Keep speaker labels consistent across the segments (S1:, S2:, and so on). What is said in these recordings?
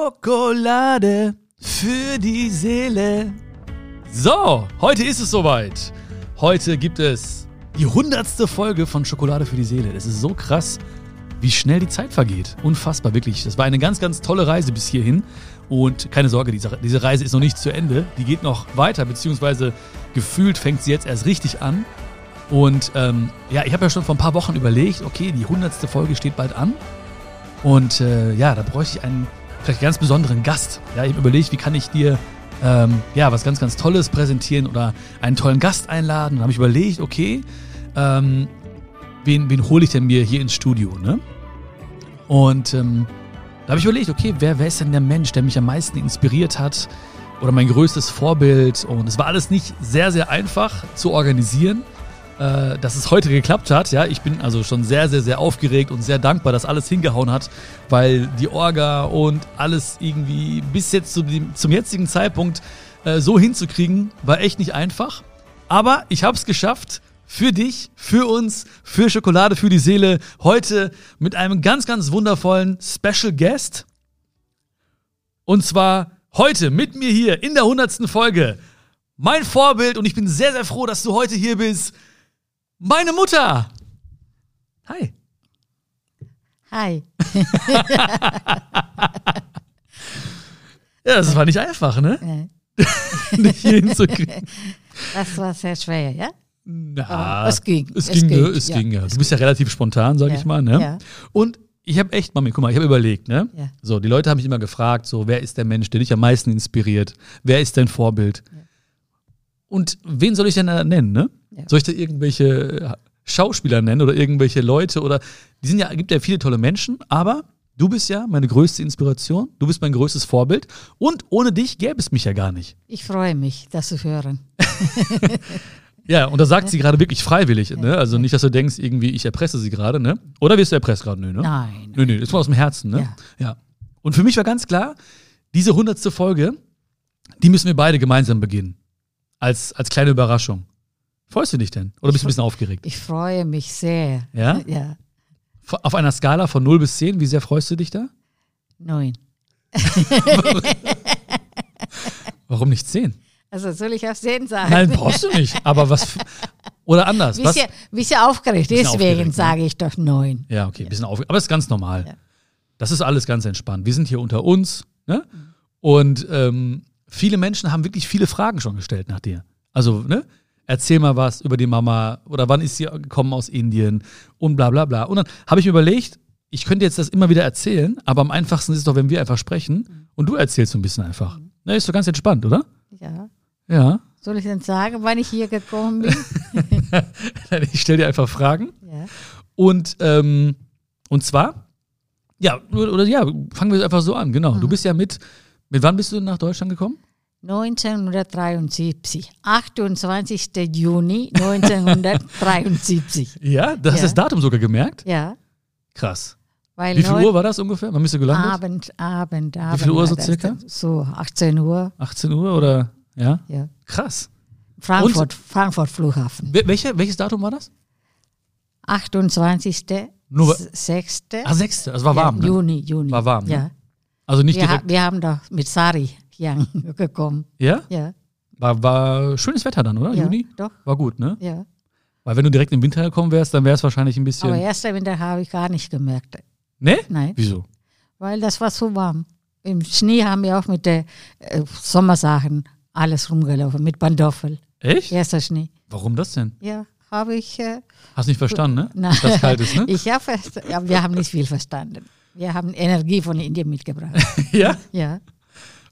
S1: Schokolade für die Seele.
S2: So, heute ist es soweit. Heute gibt es die hundertste Folge von Schokolade für die Seele. Das ist so krass, wie schnell die Zeit vergeht. Unfassbar, wirklich. Das war eine ganz, ganz tolle Reise bis hierhin. Und keine Sorge, diese, diese Reise ist noch nicht zu Ende. Die geht noch weiter, beziehungsweise gefühlt fängt sie jetzt erst richtig an. Und ähm, ja, ich habe ja schon vor ein paar Wochen überlegt, okay, die hundertste Folge steht bald an. Und äh, ja, da bräuchte ich einen vielleicht ganz besonderen Gast. Ja, ich habe überlegt, wie kann ich dir ähm, ja was ganz, ganz Tolles präsentieren oder einen tollen Gast einladen. Und habe ich überlegt, okay, ähm, wen, wen hole ich denn mir hier ins Studio, ne? Und ähm, da habe ich überlegt, okay, wer, wer ist denn der Mensch, der mich am meisten inspiriert hat oder mein größtes Vorbild? Und es war alles nicht sehr, sehr einfach zu organisieren, äh, dass es heute geklappt hat. Ja, ich bin also schon sehr, sehr, sehr aufgeregt und sehr dankbar, dass alles hingehauen hat, weil die Orga und alles irgendwie bis jetzt zu dem, zum jetzigen Zeitpunkt äh, so hinzukriegen, war echt nicht einfach. Aber ich habe es geschafft für dich, für uns, für Schokolade, für die Seele. Heute mit einem ganz, ganz wundervollen Special Guest. Und zwar heute mit mir hier in der 100. Folge. Mein Vorbild und ich bin sehr, sehr froh, dass du heute hier bist. Meine Mutter. Hi.
S3: Hi.
S2: Ja, das war nicht einfach, ne?
S3: Äh,
S2: Nicht hier hinzukriegen.
S3: Das war sehr schwer, ja?
S2: Na,
S3: Aber Ah, es ging,
S2: Es,
S3: es
S2: ging,
S3: geht,
S2: ne? es
S3: ja.
S2: ging ja. Du bist ja relativ spontan, sag
S3: Ja,
S2: ich mal, ne?
S3: ja.
S2: Und ich habe echt, Mami, guck mal, ich habe überlegt, ne?
S3: Ja.
S2: So, die Leute haben mich immer gefragt, so, wer ist der Mensch, der dich am meisten inspiriert? Wer ist dein Vorbild? Und wen soll ich denn da nennen, ne?
S3: Ja.
S2: Soll ich da irgendwelche äh, Schauspieler nennen oder irgendwelche Leute oder die sind ja, gibt ja viele tolle Menschen, aber du bist ja meine größte Inspiration, du bist mein größtes Vorbild und ohne dich gäbe es mich ja gar nicht.
S3: Ich freue mich, das zu hören.
S2: Ja, und das sagt sie gerade wirklich freiwillig, ne? Also nicht, dass du denkst, irgendwie, ich erpresse sie gerade, ne? Oder wirst du erpresst gerade? Nö, ne?
S3: Nein.
S2: Nö, nö, das war aus dem Herzen, ne?
S3: Ja.
S2: ja. Und für mich war ganz klar, diese hundertste Folge, die müssen wir beide gemeinsam beginnen. Als, als kleine Überraschung. Freust du dich denn? Oder bist du ein bisschen aufgeregt?
S3: Ich freue mich sehr.
S2: Ja?
S3: Ja,
S2: Auf einer Skala von 0 bis 10, wie sehr freust du dich da?
S3: neun.
S2: Warum nicht 10?
S3: Also soll ich auf zehn sagen?
S2: Nein, brauchst du nicht. Aber was. f- Oder anders. Was,
S3: Bisschen, bisschen aufgeregt,
S2: Bisschen
S3: deswegen
S2: aufgeregt, ne?
S3: sage ich doch neun.
S2: Ja, okay, bisschen auf, aber es ist ganz normal.
S3: Ja.
S2: Das ist alles ganz entspannt. Wir sind hier unter uns, ne? Und ähm, viele Menschen haben wirklich viele Fragen schon gestellt nach dir. Also, ne? Erzähl mal was über die Mama oder wann ist sie gekommen aus Indien und bla bla bla. Und dann habe ich mir überlegt, ich könnte jetzt das immer wieder erzählen, aber am einfachsten ist es doch, wenn wir einfach sprechen und du erzählst so ein bisschen einfach. Na, ist doch ganz entspannt, oder?
S3: Ja.
S2: Ja.
S3: Soll ich denn sagen, wann ich hier gekommen bin?
S2: Ich stelle dir einfach Fragen
S3: ja.
S2: Und, ähm, und zwar, ja, oder, oder ja, fangen wir einfach so an, genau. Du bist ja mit, mit wann bist du nach Deutschland gekommen?
S3: 1973, 28. Juni 1973.
S2: Ja, du hast
S3: Ja.
S2: das Datum sogar gemerkt.
S3: Ja,
S2: Krass.
S3: weil
S2: Wie viel
S3: neun-
S2: Uhr war das ungefähr? Wann bist du gelandet?
S3: Abend, Abend, Abend.
S2: viel Uhr
S3: war
S2: so
S3: das
S2: circa?
S3: dann. So, 18 Uhr,
S2: 18 Uhr oder, ja?
S3: ja.
S2: Krass.
S3: Frankfurt, Frankfurt Flughafen.
S2: Wel- Welche, welches Datum war das?
S3: 28.
S2: Nur-
S3: S- sechste.
S2: Ah, 6. Das war warm.
S3: Ja,
S2: ne?
S3: Juni, Juni.
S2: War warm, ne?
S3: Ja.
S2: Also nicht
S3: Wir, ha
S2: direkt.
S3: wir haben da mit Sari Yang gekommen.
S2: Ja?
S3: Ja.
S2: War, war schönes Wetter dann, oder?
S3: ja
S2: Ah, Juni?
S3: Doch,
S2: War gut, ne?
S3: ja.
S2: Weil wenn du direkt im Winter gekommen wärst, dann wär's wahrscheinlich ein bisschen.
S3: Aber erst im Winter habe ich gar nicht gemerkt,
S2: Ne?
S3: Nein.
S2: Wieso?
S3: weil das war so warm. Im Schnee haben wir auch mit den äh, Sommersachen alles rumgelaufen, mit Pantoffel.
S2: Echt?
S3: Erster Schnee.
S2: Warum das denn?
S3: Ja, habe ich. Äh,
S2: Hast nicht verstanden, ne?
S3: Nein.
S2: Dass kalt ist, ne?
S3: Ich habe, ja, wir haben nicht viel verstanden. Wir haben Energie von Indien mitgebracht.
S2: ja?
S3: Ja,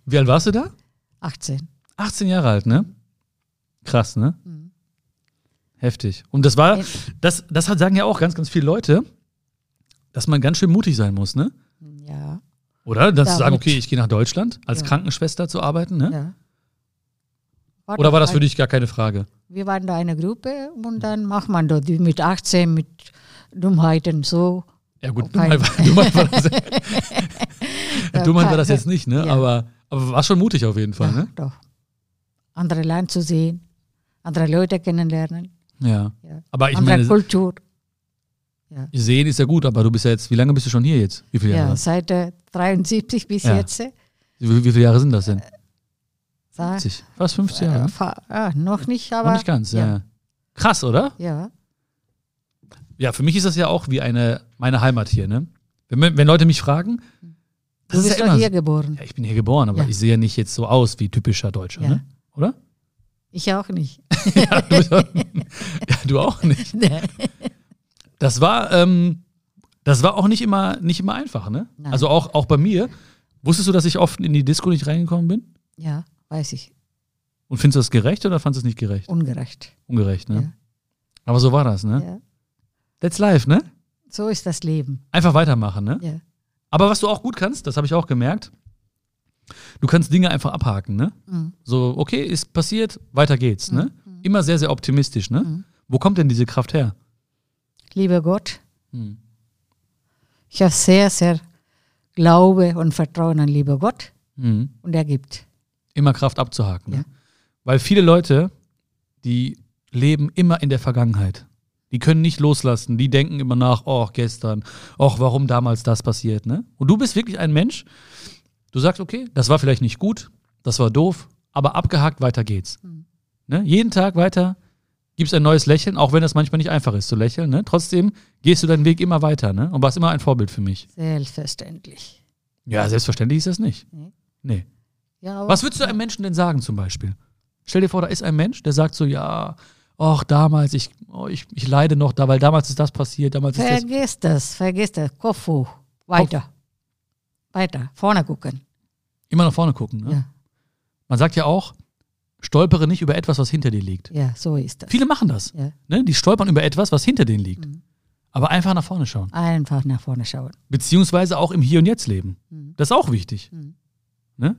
S2: Wie alt warst du da?
S3: 18.
S2: 18 Jahre alt, ne? Krass, ne?
S3: Mhm.
S2: Heftig. Und das war, das, das hat, sagen ja auch ganz, ganz viele Leute, dass man ganz schön mutig sein muss, ne?
S3: Ja,
S2: Oder? Dass
S3: Ja,
S2: zu sagen,
S3: gut.
S2: okay, ich gehe nach Deutschland, als
S3: Ja.
S2: Krankenschwester zu arbeiten, ne?
S3: ja.
S2: Oder war das für dich gar keine Frage?
S3: Wir waren da eine Gruppe und dann macht man da die mit 18 mit Dummheiten so.
S2: Ja gut,
S3: Nein.
S2: Dummheit war, Dummheit war, das, Dummheit war das jetzt nicht, ne?
S3: Ja.
S2: Aber, aber war schon mutig auf jeden Fall,
S3: Doch,
S2: ne?
S3: doch. Andere Land zu sehen, andere Leute kennenlernen,
S2: Ja.
S3: ja.
S2: Aber ich
S3: andere
S2: meine,
S3: Kultur. Ja.
S2: Sehen ist ja gut, aber du bist ja jetzt, wie lange bist du schon hier jetzt? Wie viele Jahre?
S3: Ja, seit äh, 73 bis
S2: Ja.
S3: jetzt. äh,
S2: Wie, wie viele Jahre sind das denn?
S3: Da,
S2: 50. Fast 50
S3: äh,
S2: Jahre. ne?
S3: fa- ah, noch nicht, aber.
S2: Noch nicht ganz, ja. ja. Krass, oder?
S3: Ja,
S2: Ja, für mich ist das ja auch wie eine, meine Heimat hier, ne? Wenn, wenn Leute mich fragen,
S3: du
S2: das ist
S3: bist
S2: ja
S3: doch
S2: immer
S3: hier
S2: so.
S3: geboren.
S2: Ja, ich bin hier geboren, aber
S3: Ja.
S2: ich sehe ja nicht jetzt so aus wie typischer Deutscher,
S3: Ja.
S2: ne? Oder?
S3: Ich auch nicht.
S2: ja, du, bist auch- ja, du auch nicht.
S3: Nee.
S2: Das war, ähm, das war auch nicht immer, nicht immer einfach, ne?
S3: Nein.
S2: Also auch, auch bei mir. Wusstest du, dass ich oft in die Disco nicht reingekommen bin?
S3: ja, weiß ich.
S2: Und findest du das gerecht oder fandest du es nicht gerecht?
S3: Ungerecht.
S2: Ungerecht, ne?
S3: Ja.
S2: Aber so war das, ne?
S3: Ja.
S2: That's life, ne?
S3: So ist das Leben.
S2: Einfach weitermachen, ne?
S3: Ja.
S2: Aber was du auch gut kannst, das habe ich auch gemerkt, du kannst Dinge einfach abhaken, ne?
S3: Mhm.
S2: So, okay, ist passiert, weiter geht's, ne? Immer sehr, sehr optimistisch, ne? Wo kommt denn diese Kraft her?
S3: Lieber Gott,
S2: Hm.
S3: ich habe sehr, sehr Glaube und Vertrauen an lieber Gott
S2: Mhm.
S3: und er gibt.
S2: immer Kraft abzuhaken. Ne?
S3: Ja.
S2: Weil viele Leute, die leben immer in der Vergangenheit. Die können nicht loslassen. Die denken immer nach, oh, gestern, oh, warum damals das passiert. Ne? Und du bist wirklich ein Mensch, du sagst, okay, das war vielleicht nicht gut, das war doof, aber abgehakt, weiter geht's.
S3: Hm.
S2: Ne? Jeden Tag weiter gibst ein neues Lächeln, auch wenn das manchmal nicht einfach ist zu lächeln. Ne? Trotzdem gehst du deinen Weg immer weiter ne? und warst immer ein Vorbild für mich.
S3: Selbstverständlich.
S2: Ja, selbstverständlich ist das nicht.
S3: Nee.
S2: Nee.
S3: Ja, aber
S2: Was würdest du einem Menschen denn sagen zum Beispiel? Stell dir vor, da ist ein Mensch, der sagt so, ja, ach damals, ich, oh, ich, ich leide noch da, weil damals ist das passiert, damals ist das.
S3: Vergiss das, vergiss das. Kopf hoch. Weiter. Weiter. Vorne gucken.
S2: Immer nach vorne gucken. Ne?
S3: Ja.
S2: Man sagt ja auch, stolpere nicht über etwas, was hinter dir liegt.
S3: Ja, so ist das.
S2: Viele machen das.
S3: Ja.
S2: Ne? Die stolpern über etwas, was hinter denen liegt.
S3: Mhm.
S2: Aber einfach nach vorne schauen.
S3: Einfach nach vorne schauen.
S2: Beziehungsweise auch im Hier und Jetzt leben.
S3: Mhm.
S2: Das ist auch wichtig. Ne?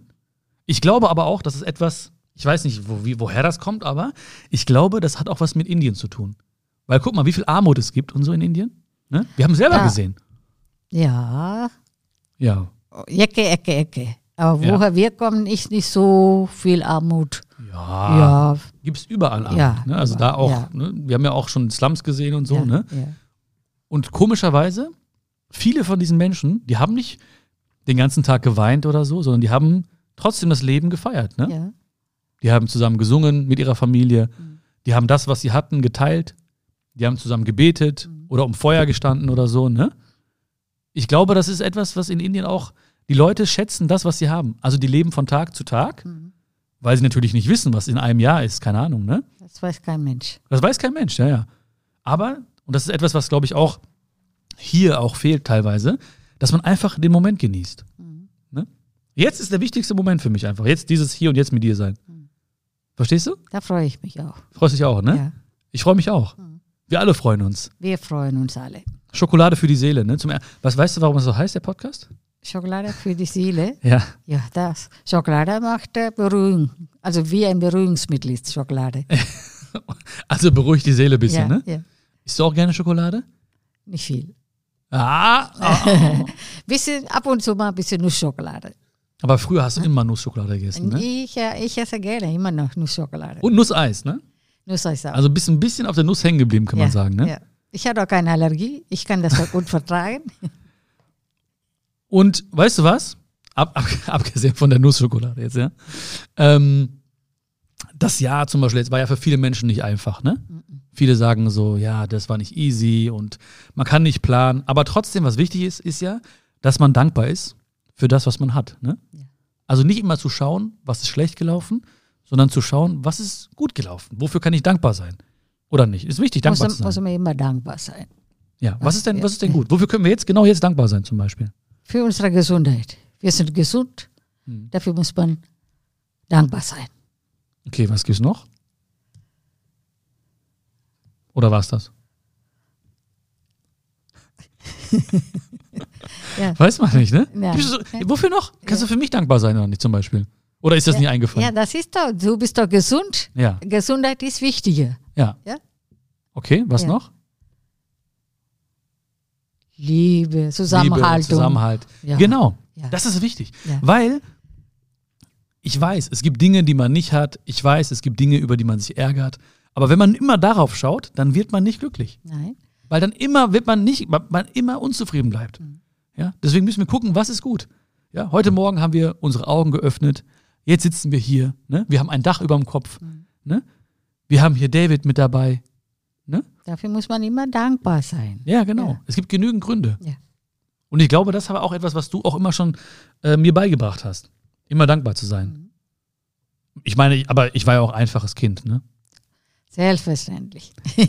S2: Ich glaube aber auch, dass es etwas, ich weiß nicht, wo, wie, woher das kommt, aber ich glaube, das hat auch was mit Indien zu tun. Weil guck mal, wie viel Armut es gibt und so in Indien. Ne? Wir haben es selber
S3: Ja.
S2: gesehen.
S3: Ja,
S2: Ja.
S3: Ecke, Ecke, Ecke. Aber
S2: Ja.
S3: woher wir kommen, ist nicht so viel Armut.
S2: Ja.
S3: Ja,
S2: Gibt es überall Armut.
S3: Ja,
S2: ne? Also
S3: überall,
S2: da auch,
S3: ja.
S2: ne? wir haben ja auch schon Slums gesehen und so.
S3: ja,
S2: Ne?
S3: ja.
S2: Und komischerweise, viele von diesen Menschen, die haben nicht den ganzen Tag geweint oder so, sondern die haben trotzdem das Leben gefeiert. Ne?
S3: Ja.
S2: Die haben zusammen gesungen mit ihrer Familie. Die haben das, was sie hatten, geteilt. Die haben zusammen gebetet oder um Feuer gestanden oder so. Ne? Ich glaube, das ist etwas, was in Indien auch die Leute schätzen, das, was sie haben. Also die leben von Tag zu Tag, weil sie natürlich nicht wissen, was in einem Jahr ist. Keine Ahnung. Ne?
S3: Das weiß kein Mensch.
S2: Das weiß kein Mensch. Ja, ja. Aber und das ist etwas, was glaube ich auch hier auch fehlt teilweise, dass man einfach den Moment genießt.
S3: Mhm.
S2: Ne? Jetzt ist der wichtigste Moment für mich einfach. Jetzt dieses hier und jetzt mit dir sein. Verstehst du?
S3: Da freue ich mich auch.
S2: Freust dich auch, ne?
S3: Mhm. Ja. Mhm.
S2: Ich freue mich auch. Wir alle freuen uns.
S3: Wir freuen uns alle.
S2: Schokolade für die Seele, ne? Zum Er- Was weißt du, warum das so heißt, der Podcast?
S3: Schokolade für die Seele.
S2: Ja.
S3: Ja, das. Schokolade macht äh, Beruhigung. Also wie ein Beruhigungsmittel ist Schokolade.
S2: Also beruhigt die Seele ein bisschen,
S3: ja,
S2: ne?
S3: ja,
S2: Isst du auch gerne Schokolade?
S3: nicht viel.
S2: Ah, ah.
S3: Bisschen, ab und zu mal ein bisschen Nussschokolade.
S2: Aber früher hast du immer Nussschokolade gegessen, ne?
S3: Ich, äh, ich esse gerne immer noch Nussschokolade.
S2: Und Nusseis, ne?
S3: Nusseis auch.
S2: Also bist ein bisschen auf der Nuss hängen geblieben, kann man
S3: Ja,
S2: sagen, ne?
S3: ja. Ich habe auch keine Allergie. Ich kann das auch gut vertragen.
S2: Und weißt du was? Ab, ab, abgesehen von der Nussschokolade jetzt, ja. Ähm, das Jahr zum Beispiel jetzt war ja für viele Menschen nicht einfach, ne? Viele sagen so, ja, das war nicht easy und man kann nicht planen. Aber trotzdem, was wichtig ist, ist ja, dass man dankbar ist für das, was man hat. Ne? Also nicht immer zu schauen, was ist schlecht gelaufen, sondern zu schauen, was ist gut gelaufen. Wofür kann ich dankbar sein? Oder nicht? Ist wichtig,
S3: Muss, um,
S2: dankbar zu
S3: muss
S2: sein.
S3: man immer dankbar sein.
S2: Ja, was ist denn, was ist denn gut? Wofür können wir jetzt genau jetzt dankbar sein, zum Beispiel?
S3: Für unsere Gesundheit. Wir sind gesund.
S2: Hm.
S3: Dafür muss man dankbar sein.
S2: Okay, was gibt's noch? Oder war's das?
S3: Ja.
S2: Weiß man nicht, ne?
S3: Ja.
S2: Gibt's So, wofür noch? Kannst du für mich dankbar sein oder nicht zum Beispiel? Oder ist das nie
S3: Ja,
S2: eingefallen?
S3: das ist doch, du bist doch gesund.
S2: Ja.
S3: Gesundheit ist wichtiger.
S2: Ja.
S3: Ja.
S2: Okay, was
S3: Ja.
S2: noch?
S3: Liebe, Zusammenhaltung.
S2: Liebe, Zusammenhalt.
S3: Ja.
S2: Genau.
S3: Ja.
S2: Das ist wichtig.
S3: Ja.
S2: Weil ich weiß, es gibt Dinge, die man nicht hat. Ich weiß, es gibt Dinge, über die man sich ärgert. Aber wenn man immer darauf schaut, dann wird man nicht glücklich.
S3: Nein.
S2: Weil dann immer wird man nicht, man, man immer unzufrieden bleibt.
S3: Mhm.
S2: Ja? Deswegen müssen wir gucken, was ist gut. Ja? Heute Morgen haben wir unsere Augen geöffnet. Jetzt sitzen wir hier. Ne? Wir haben ein Dach über dem Kopf.
S3: Mhm.
S2: Ne? Wir haben hier David mit dabei.
S3: Dafür muss man immer dankbar sein.
S2: Ja, genau.
S3: Ja.
S2: Es gibt genügend Gründe.
S3: Ja.
S2: Und ich glaube, das war auch etwas, was du auch immer schon äh, mir beigebracht hast. Immer dankbar zu sein.
S3: Mhm.
S2: Ich meine, ich- aber ich war ja auch einfaches Kind, ne?
S3: Selbstverständlich.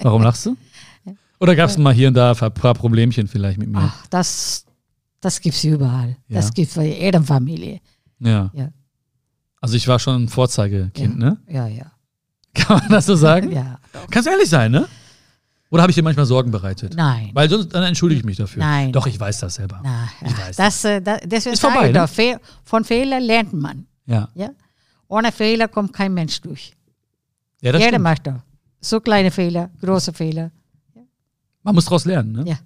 S2: Warum lachst du? Oder gab es mal hier und da ein paar Problemchen vielleicht mit mir?
S3: Ach, das, das gibt's überall.
S2: Ja.
S3: Das gibt's bei jeder Familie.
S2: Ja.
S3: Ja.
S2: Also ich war schon ein Vorzeigekind,
S3: ja.
S2: ne?
S3: Ja, ja.
S2: Kann man das so sagen?
S3: ja.
S2: Kannst ehrlich sein, ne? Oder habe ich dir manchmal Sorgen bereitet?
S3: Nein.
S2: Weil sonst dann entschuldige ich mich dafür.
S3: Nein.
S2: Doch, ich weiß das selber.
S3: Na,
S2: Ich weiß.
S3: das, äh, da, deswegen
S2: Ist
S3: sage
S2: vorbei,
S3: ich
S2: ne?
S3: doch, Fehl, von Fehlern lernt man.
S2: Ja.
S3: Ja? Ohne Fehler kommt kein Mensch durch.
S2: Ja, das
S3: Jeder
S2: stimmt.
S3: macht doch. So kleine Fehler, große Fehler.
S2: Man muss daraus lernen, ne?
S3: Ja.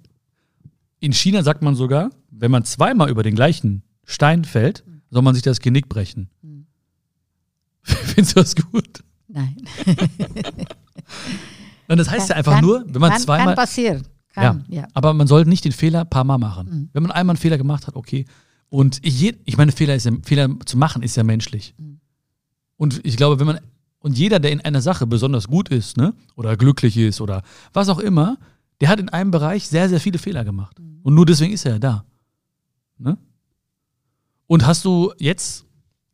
S2: In China sagt man sogar, wenn man zweimal über den gleichen Stein fällt,
S3: Hm.
S2: soll man sich das Genick brechen. Findest du das gut?
S3: Nein.
S2: Nein, das heißt ja einfach
S3: Kann-
S2: nur, wenn man
S3: kann,
S2: zweimal.
S3: Kann passieren. Kann, ja.
S2: Aber man sollte nicht den Fehler ein paar Mal machen.
S3: Mhm.
S2: Wenn man einmal einen Fehler gemacht hat, okay. Und ich, je, ich meine, Fehler, ist ja, Fehler zu machen ist ja menschlich.
S3: Mhm.
S2: Und ich glaube, wenn man, und jeder, der in einer Sache besonders gut ist, ne, oder glücklich ist oder was auch immer, der hat in einem Bereich sehr, sehr viele Fehler gemacht.
S3: Mhm.
S2: Und nur deswegen ist er ja da. Ne? Und hast du jetzt,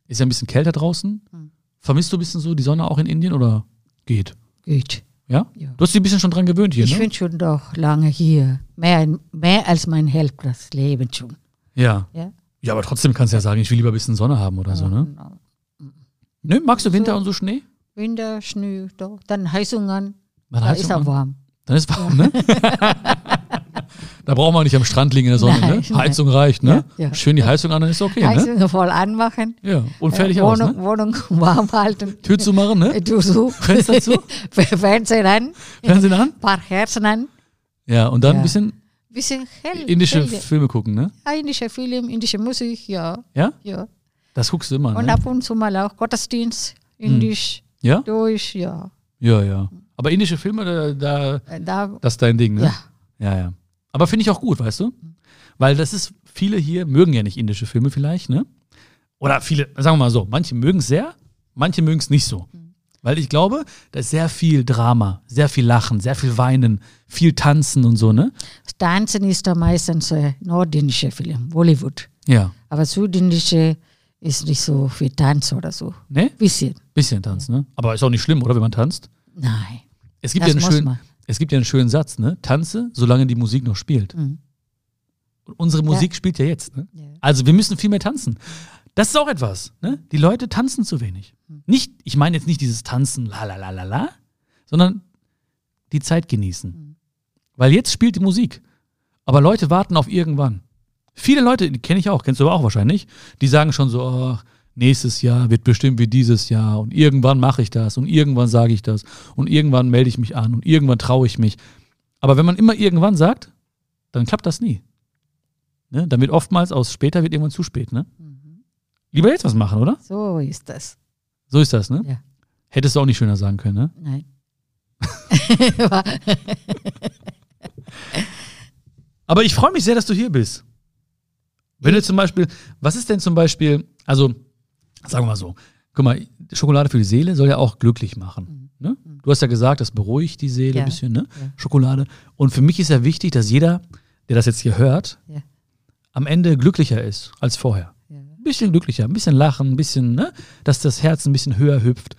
S2: ist ja ein bisschen kälter draußen,
S3: Mhm.
S2: vermisst du ein bisschen so die Sonne auch in Indien oder geht?
S3: Gut.
S2: Ja?
S3: Ja.
S2: Du hast dich ein bisschen schon dran gewöhnt hier,
S3: Ich
S2: ne?
S3: bin schon doch lange hier. Mehr, mehr als mein halbes Leben schon.
S2: ja.
S3: Ja?
S2: Ja, aber trotzdem kannst du ja sagen, ich will lieber ein bisschen Sonne haben oder so, ne?
S3: Genau.
S2: Ne, magst du Winter und so Schnee?
S3: Winter, Schnee, doch. dann Heizung an.
S2: Man
S3: Da
S2: heizt
S3: ist
S2: doch
S3: er
S2: an.
S3: warm.
S2: Dann ist warm, ne? da braucht man nicht am Strand liegen in der Sonne,
S3: Nein,
S2: ne? Heizung reicht, ne?
S3: Ja, ja.
S2: Schön die Heizung an, dann ist okay, ne?
S3: Heizung voll anmachen.
S2: Ja, und fertig
S3: äh,
S2: aus,
S3: Wohnung,
S2: ne?
S3: Wohnung warm halten. Äh,
S2: Tür zu machen, ne?
S3: Du so.
S2: Fenster zu?
S3: Fernsehen an.
S2: Fernsehen an?
S3: paar Herzen an.
S2: Ja, und dann
S3: Ja.
S2: ein bisschen
S3: Bisschen hell.
S2: indische
S3: hell.
S2: Filme gucken, ne?
S3: Ja, indische Film, indische Musik, ja.
S2: Ja?
S3: ja.
S2: Das guckst du immer,
S3: Und
S2: ne?
S3: ab und zu mal auch Gottesdienst, indisch,
S2: Ja?
S3: durch, ja.
S2: Ja, ja. Aber indische Filme, da, da
S3: Äh, Da,
S2: Das ist dein Ding, ne?
S3: Ja.
S2: Ja, ja. Aber finde ich auch gut, weißt du? Weil das ist, viele hier mögen ja nicht indische Filme vielleicht, ne? Oder viele, sagen wir mal so, manche mögen es sehr, manche mögen es nicht so. Weil ich glaube, da ist sehr viel Drama, sehr viel Lachen, sehr viel Weinen, viel Tanzen und so, ne?
S3: Tanzen ist da meistens äh, nordindische Film, Bollywood.
S2: Ja.
S3: Aber südindische ist nicht so viel Tanz oder so.
S2: Ne?
S3: Bisschen.
S2: Bisschen Tanz, ne? Aber ist auch nicht schlimm, oder, wenn man tanzt?
S3: Nein.
S2: Es gibt,
S3: Das
S2: ja einen
S3: muss
S2: schönen,
S3: man.
S2: es gibt ja einen schönen Satz, ne? Tanze, solange die Musik noch spielt. Und unsere Musik spielt ja jetzt, ne?
S3: Ja.
S2: Also wir müssen viel mehr tanzen. Das ist auch etwas, ne? Die Leute tanzen zu wenig. Nicht, ich meine jetzt nicht dieses Tanzen, la la la la la, sondern die Zeit genießen. Weil jetzt spielt die Musik. Aber Leute warten auf irgendwann. Viele Leute, die kenne ich auch, kennst du aber auch wahrscheinlich, die sagen schon so, ach, nächstes Jahr wird bestimmt wie dieses Jahr und irgendwann mache ich das und irgendwann sage ich das und irgendwann melde ich mich an und irgendwann traue ich mich. Aber wenn man immer irgendwann sagt, dann klappt das nie. Ne? Dann wird oftmals aus später wird irgendwann zu spät, ne?
S3: Mhm.
S2: Lieber jetzt was machen, oder?
S3: So ist das.
S2: So ist das, ne?
S3: Ja.
S2: Hättest du auch nicht schöner sagen können, ne?
S3: Nein.
S2: Aber ich freue mich sehr, dass du hier bist. Wenn du zum Beispiel, was ist denn zum Beispiel, also sagen wir mal so, guck mal, Schokolade für die Seele soll ja auch glücklich machen. Ne? Du hast ja gesagt, das beruhigt die Seele
S3: Mhm. Ja,
S2: ein bisschen, ne?
S3: ja.
S2: Schokolade. Und für mich ist ja wichtig, dass jeder, der das jetzt hier hört,
S3: Ja.
S2: am Ende glücklicher ist als vorher.
S3: Ja.
S2: Ein bisschen glücklicher, ein bisschen lachen, ein bisschen, ne? dass das Herz ein bisschen höher hüpft.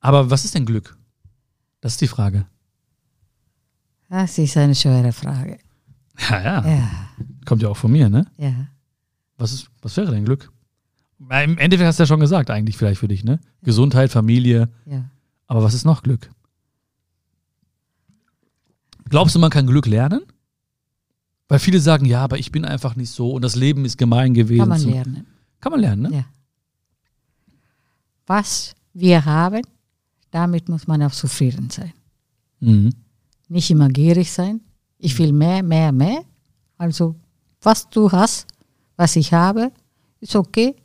S2: Aber was ist denn Glück? Das ist die Frage.
S3: Das ist eine schwere Frage.
S2: Ja, ja.
S3: Ja,
S2: Kommt ja auch von mir, ne?
S3: ja.
S2: Was, ist, was wäre denn Glück? Na, Im Endeffekt hast du ja schon gesagt, eigentlich vielleicht für dich, ne? Gesundheit, Familie,
S3: ja.
S2: aber was ist noch Glück? Glaubst du, man kann Glück lernen? Weil viele sagen, ja, aber ich bin einfach nicht so und das Leben ist gemein gewesen.
S3: Kann man
S2: So.
S3: lernen.
S2: Kann man lernen, ne?
S3: Ja. Was wir haben, damit muss man auch zufrieden sein.
S2: Mhm.
S3: Nicht immer gierig sein. Ich will mehr, mehr, mehr. Also, was du hast, was ich habe, ist okay.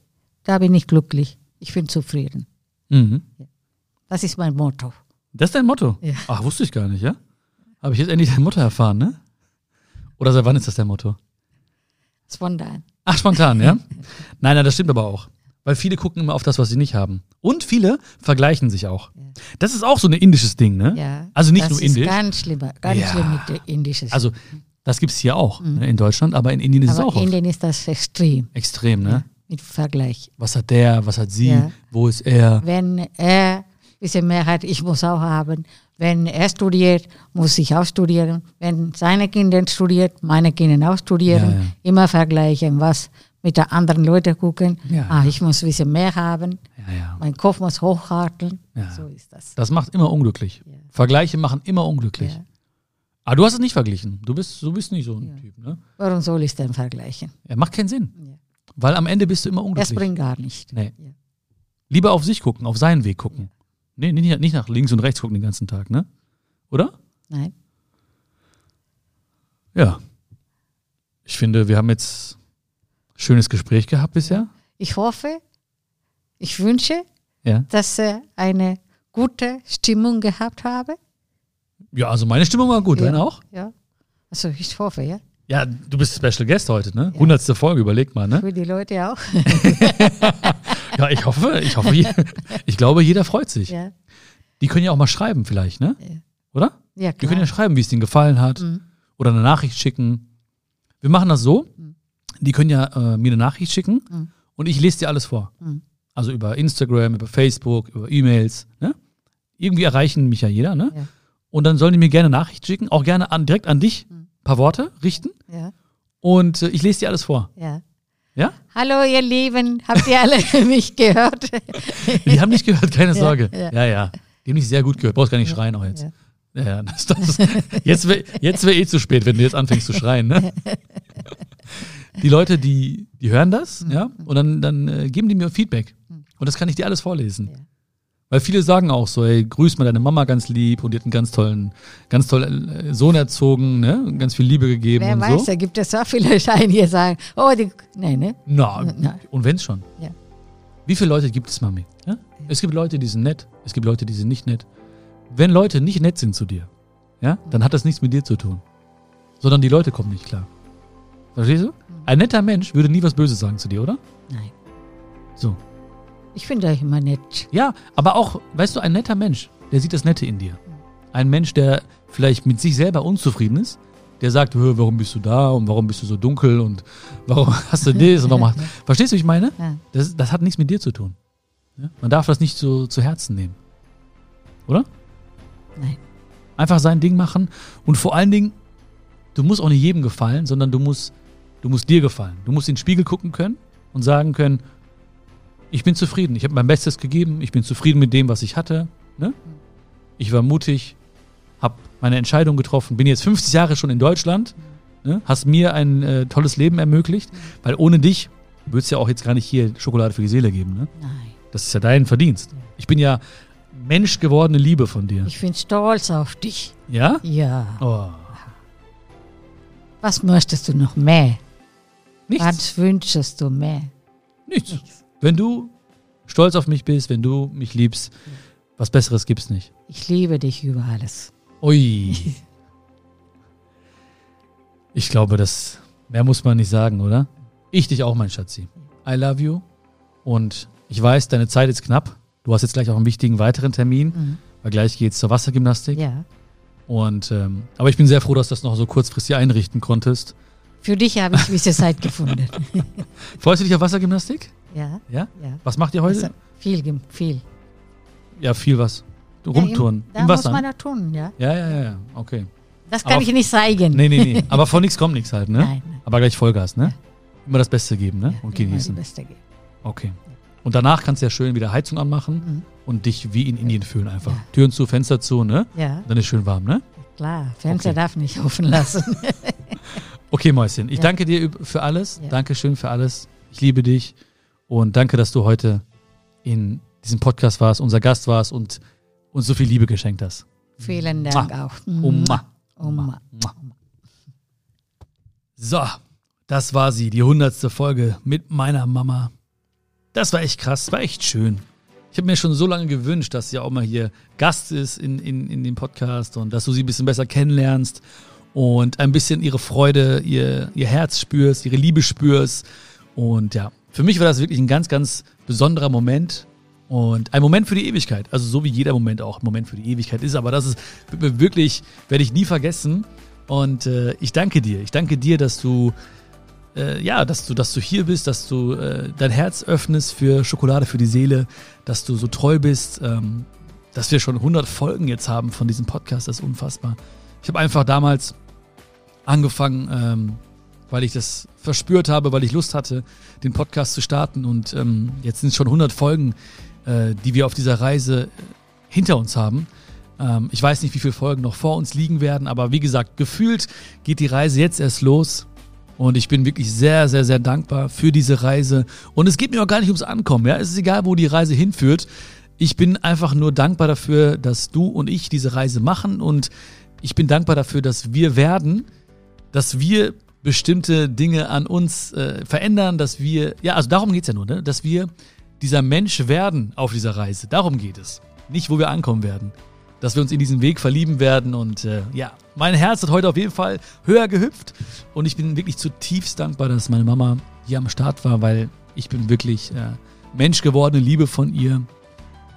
S3: Da bin ich glücklich. Ich bin zufrieden.
S2: Mhm.
S3: Das ist mein Motto.
S2: Das ist dein Motto?
S3: Ja.
S2: Ach, wusste ich gar nicht, ja? Habe ich jetzt endlich dein Motto erfahren, ne? Oder seit wann ist das dein Motto?
S3: Spontan.
S2: Ach, spontan, ja? Nein, nein, das stimmt aber auch. Weil viele gucken immer auf das, was sie nicht haben. Und viele vergleichen sich auch. Das ist auch so ein indisches Ding, ne?
S3: Ja.
S2: Also nicht
S3: das
S2: nur
S3: ist
S2: indisch.
S3: Ganz schlimmer, ganz
S2: Ja.
S3: schlimm mit der indischen.
S2: Also, das gibt's hier auch ne, in Deutschland, aber in Indien ist es
S3: Mhm. Aber
S2: auch
S3: in
S2: oft
S3: Indien ist das extrem
S2: extrem, ne?
S3: mit Vergleich.
S2: Was hat der, was hat sie,
S3: Ja.
S2: wo ist er?
S3: Wenn er ein bisschen mehr hat, ich muss auch haben. Wenn er studiert, muss ich auch studieren. Wenn seine Kinder studiert, meine Kinder auch studieren.
S2: Ja, ja.
S3: Immer vergleichen, was mit der anderen Leute gucken.
S2: Ja.
S3: Ah, ich muss ein bisschen mehr haben.
S2: Ja, ja.
S3: Mein Kopf muss hochhalten.
S2: Ja.
S3: So ist das.
S2: Das macht immer unglücklich.
S3: Ja.
S2: Vergleiche machen immer unglücklich.
S3: Ja.
S2: Aber du hast es nicht verglichen. Du bist, du bist nicht so ein Typ, ne?
S3: Warum soll ich denn vergleichen?
S2: Er macht keinen Sinn.
S3: Ja.
S2: Weil am Ende bist du immer
S3: Das
S2: unglücklich.
S3: bringt gar nicht.
S2: Nee.
S3: Ja.
S2: Lieber auf sich gucken, auf seinen Weg gucken. Nee, nicht, nicht nach links und rechts gucken den ganzen Tag, ne? Oder?
S3: Nein.
S2: Ja. Ich finde, wir haben jetzt schönes Gespräch gehabt bisher.
S3: Ich hoffe, ich wünsche,
S2: Ja.
S3: dass ich eine gute Stimmung gehabt habe.
S2: Ja, also meine Stimmung war gut,
S3: Ja.
S2: deine auch?
S3: Ja. Also ich hoffe, ja.
S2: Ja, du bist Special Guest heute, ne? Hundertste Folge, überleg mal, ne?
S3: Für die Leute auch.
S2: Ja, ich hoffe, ich hoffe, je- ich glaube, jeder freut sich.
S3: Ja,
S2: Die können ja auch mal schreiben vielleicht, ne?
S3: Ja.
S2: Oder?
S3: ja
S2: Die können
S3: klar.
S2: ja schreiben, wie es denen gefallen hat. Oder eine Nachricht schicken. Wir machen das so. Die können ja äh, mir eine Nachricht schicken und ich lese dir alles vor. Also über Instagram, über Facebook, über E-Mails. Ne? Irgendwie erreichen mich ja jeder. Ne?
S3: Ja.
S2: Und dann sollen die mir gerne Nachricht schicken, auch gerne an, direkt an dich ein paar Worte richten.
S3: Ja,
S2: Und äh, ich lese dir alles vor.
S3: ja.
S2: Ja?
S3: Hallo, ihr Lieben. Habt ihr alle mich gehört?
S2: Die haben dich gehört, keine
S3: Ja,
S2: Sorge. Ja.
S3: ja.
S2: ja, Die haben dich sehr gut gehört. Brauchst gar nicht schreien auch jetzt.
S3: Ja.
S2: Ja, ja, das, das, jetzt wäre jetzt wär eh zu spät, wenn du jetzt anfängst zu schreien. Ne? Die Leute, die, die hören das,
S3: Mhm.
S2: ja, und dann, dann äh, geben die mir Feedback. Und das kann ich dir alles vorlesen.
S3: Ja.
S2: Weil viele sagen auch so, ey, grüß mal deine Mama ganz lieb und die hat einen ganz tollen, ganz tollen äh, Sohn erzogen, ne? und ganz viel Liebe gegeben
S3: Wer
S2: und
S3: weiß,
S2: so.
S3: da gibt es so viele Scheine, die sagen, oh, die, nee, ne?
S2: Na,
S3: Na.
S2: und wenn's schon.
S3: Ja.
S2: Wie viele Leute gibt es, Mami? Ja? Es gibt Leute, die sind nett, es gibt Leute, die sind nicht nett. Wenn Leute nicht nett sind zu dir, ja, dann hat das nichts mit dir zu tun. Sondern die Leute kommen nicht klar. Verstehst du? Ein netter Mensch würde nie was Böses sagen zu dir, oder?
S3: Mhm. Nein.
S2: So.
S3: Ich finde euch immer nett.
S2: Ja, aber auch, weißt du, ein netter Mensch, der sieht das Nette in dir.
S3: Mhm.
S2: Ein Mensch, der vielleicht mit sich selber unzufrieden ist, der sagt, "Hö, warum bist du da und warum bist du so dunkel und warum hast du das und warum hast Verstehst du, wie ich meine?
S3: Ja.
S2: Das, das hat nichts mit dir zu tun. Ja? Man darf das nicht so zu Herzen nehmen. Oder?
S3: Nein.
S2: Einfach sein Ding machen und vor allen Dingen, du musst auch nicht jedem gefallen, sondern du musst, du musst dir gefallen. Du musst in den Spiegel gucken können und sagen können, ich bin zufrieden, ich habe mein Bestes gegeben, ich bin zufrieden mit dem, was ich hatte. Ne? Ich war mutig, habe meine Entscheidung getroffen, bin jetzt 50 Jahre schon in Deutschland, ne? hast mir ein äh, tolles Leben ermöglicht, weil ohne dich würde es ja auch jetzt gar nicht hier Schokolade für die Seele geben. Ne?
S3: Nein.
S2: Das ist ja dein Verdienst. Ich bin ja Mensch gewordene Liebe von dir.
S3: Ich bin stolz auf dich.
S2: Ja?
S3: Ja.
S2: Oh.
S3: Was möchtest du noch mehr?
S2: Nichts.
S3: Was wünschest du mehr?
S2: Nichts. Wenn du stolz auf mich bist, wenn du mich liebst, was Besseres gibt's nicht.
S3: Ich liebe dich über alles.
S2: Ui. Ich glaube, das mehr muss man nicht sagen, oder? Ich dich auch, mein Schatzi. I love you. Und ich weiß, deine Zeit ist knapp. Du hast jetzt gleich auch einen wichtigen weiteren Termin, weil gleich geht's zur Wassergymnastik.
S3: Mhm. Ja.
S2: Und ähm, aber ich bin sehr froh, dass du das noch so kurzfristig einrichten konntest.
S3: Für dich habe ich gewisse Zeit gefunden.
S2: Freust du dich auf Wassergymnastik?
S3: Ja.
S2: Ja?
S3: Ja.
S2: Was macht ihr heute?
S3: Also viel, gem- viel.
S2: Ja, viel was. Du rumtouren.
S3: Da
S2: Im
S3: muss
S2: Wasser.
S3: man da tun, ja.
S2: Ja, ja, ja, ja. Okay.
S3: Das kann
S2: Aber-
S3: ich nicht zeigen.
S2: Nee, ne? nee, nee. Aber von nichts kommt nichts halt, ne?
S3: Nein, nein.
S2: Aber gleich Vollgas, ne? Immer das Beste geben, ne? Und
S3: Immer die
S2: genießen.
S3: Beste geben.
S2: Okay. Und danach kannst du ja schön wieder Heizung anmachen
S3: Mhm.
S2: und dich wie in Indien fühlen einfach. Türen zu, Fenster zu, ne?
S3: Ja,
S2: Dann ist schön warm, ne?
S3: klar. Fenster
S2: Okay.
S3: darf nicht offen lassen.
S2: Okay, Mäuschen, ich
S3: Ja.
S2: danke dir üb- für alles.
S3: Ja.
S2: Dankeschön für alles. Ich liebe dich und danke, dass du heute in diesem Podcast warst, unser Gast warst und uns so viel Liebe geschenkt hast.
S3: Vielen Dank
S2: Mua.
S3: auch.
S2: Oma.
S3: Oma.
S2: So, das war sie, die hundertste Folge mit meiner Mama. Das war echt krass, war echt schön. Ich Ich habe mir schon so lange gewünscht, dass sie auch mal hier Gast ist in, in, in dem Podcast und dass du sie ein bisschen besser kennenlernst und ein bisschen ihre Freude, ihr, ihr Herz spürst, ihre Liebe spürst. Und ja, für mich war das wirklich ein ganz, ganz besonderer Moment. Und ein Moment für die Ewigkeit. Also so wie jeder Moment auch ein Moment für die Ewigkeit ist. Aber das ist wirklich, werde ich nie vergessen. Und äh, ich danke dir. Ich danke dir, dass du äh, ja, dass du, dass du hier bist, dass du äh, dein Herz öffnest für Schokolade für die Seele, dass du so treu bist, ähm, dass wir schon 100 Folgen jetzt haben von diesem Podcast, das ist unfassbar. Ich habe einfach damals angefangen, ähm, weil ich das verspürt habe, weil ich Lust hatte, den Podcast zu starten und ähm, jetzt sind es schon 100 Folgen, äh, die wir auf dieser Reise hinter uns haben. Ähm, ich weiß nicht, wie viele Folgen noch vor uns liegen werden, aber wie gesagt, gefühlt geht die Reise jetzt erst los. Und ich bin wirklich sehr, sehr, sehr dankbar für diese Reise. Und es geht mir auch gar nicht ums Ankommen. Ja? Es ist egal, wo die Reise hinführt. Ich bin einfach nur dankbar dafür, dass du und ich diese Reise machen. Und ich bin dankbar dafür, dass wir werden, dass wir bestimmte Dinge an uns äh, verändern, dass wir, ja, also darum geht's ja nur, ne? dass wir dieser Mensch werden auf dieser Reise. Darum geht es. Nicht, wo wir ankommen werden dass wir uns in diesen Weg verlieben werden. Und äh, ja, mein Herz hat heute auf jeden Fall höher gehüpft. Und ich bin wirklich zutiefst dankbar, dass meine Mama hier am Start war, weil ich bin wirklich äh, Mensch geworden, liebe von ihr.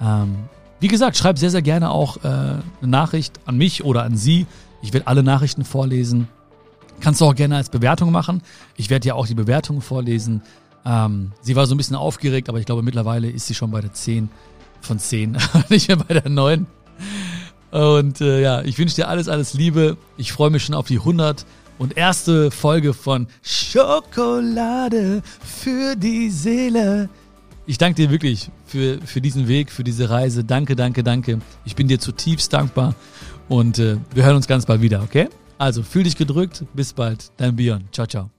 S2: Ähm, wie gesagt, schreib sehr, sehr gerne auch äh, eine Nachricht an mich oder an sie. Ich werde alle Nachrichten vorlesen. Kannst du auch gerne als Bewertung machen. Ich werde ja auch die Bewertung vorlesen. Ähm, sie war so ein bisschen aufgeregt, aber ich glaube, mittlerweile ist sie schon bei der 10 von 10, nicht mehr bei der 9. Und äh, ja, ich wünsche dir alles, alles Liebe. Ich freue mich schon auf die 100 und erste Folge von Schokolade für die Seele. Ich danke dir wirklich für, für diesen Weg, für diese Reise. Danke, danke, danke. Ich bin dir zutiefst dankbar und äh, wir hören uns ganz bald wieder, okay? Also fühl dich gedrückt. Bis bald. Dein Bion. Ciao, ciao.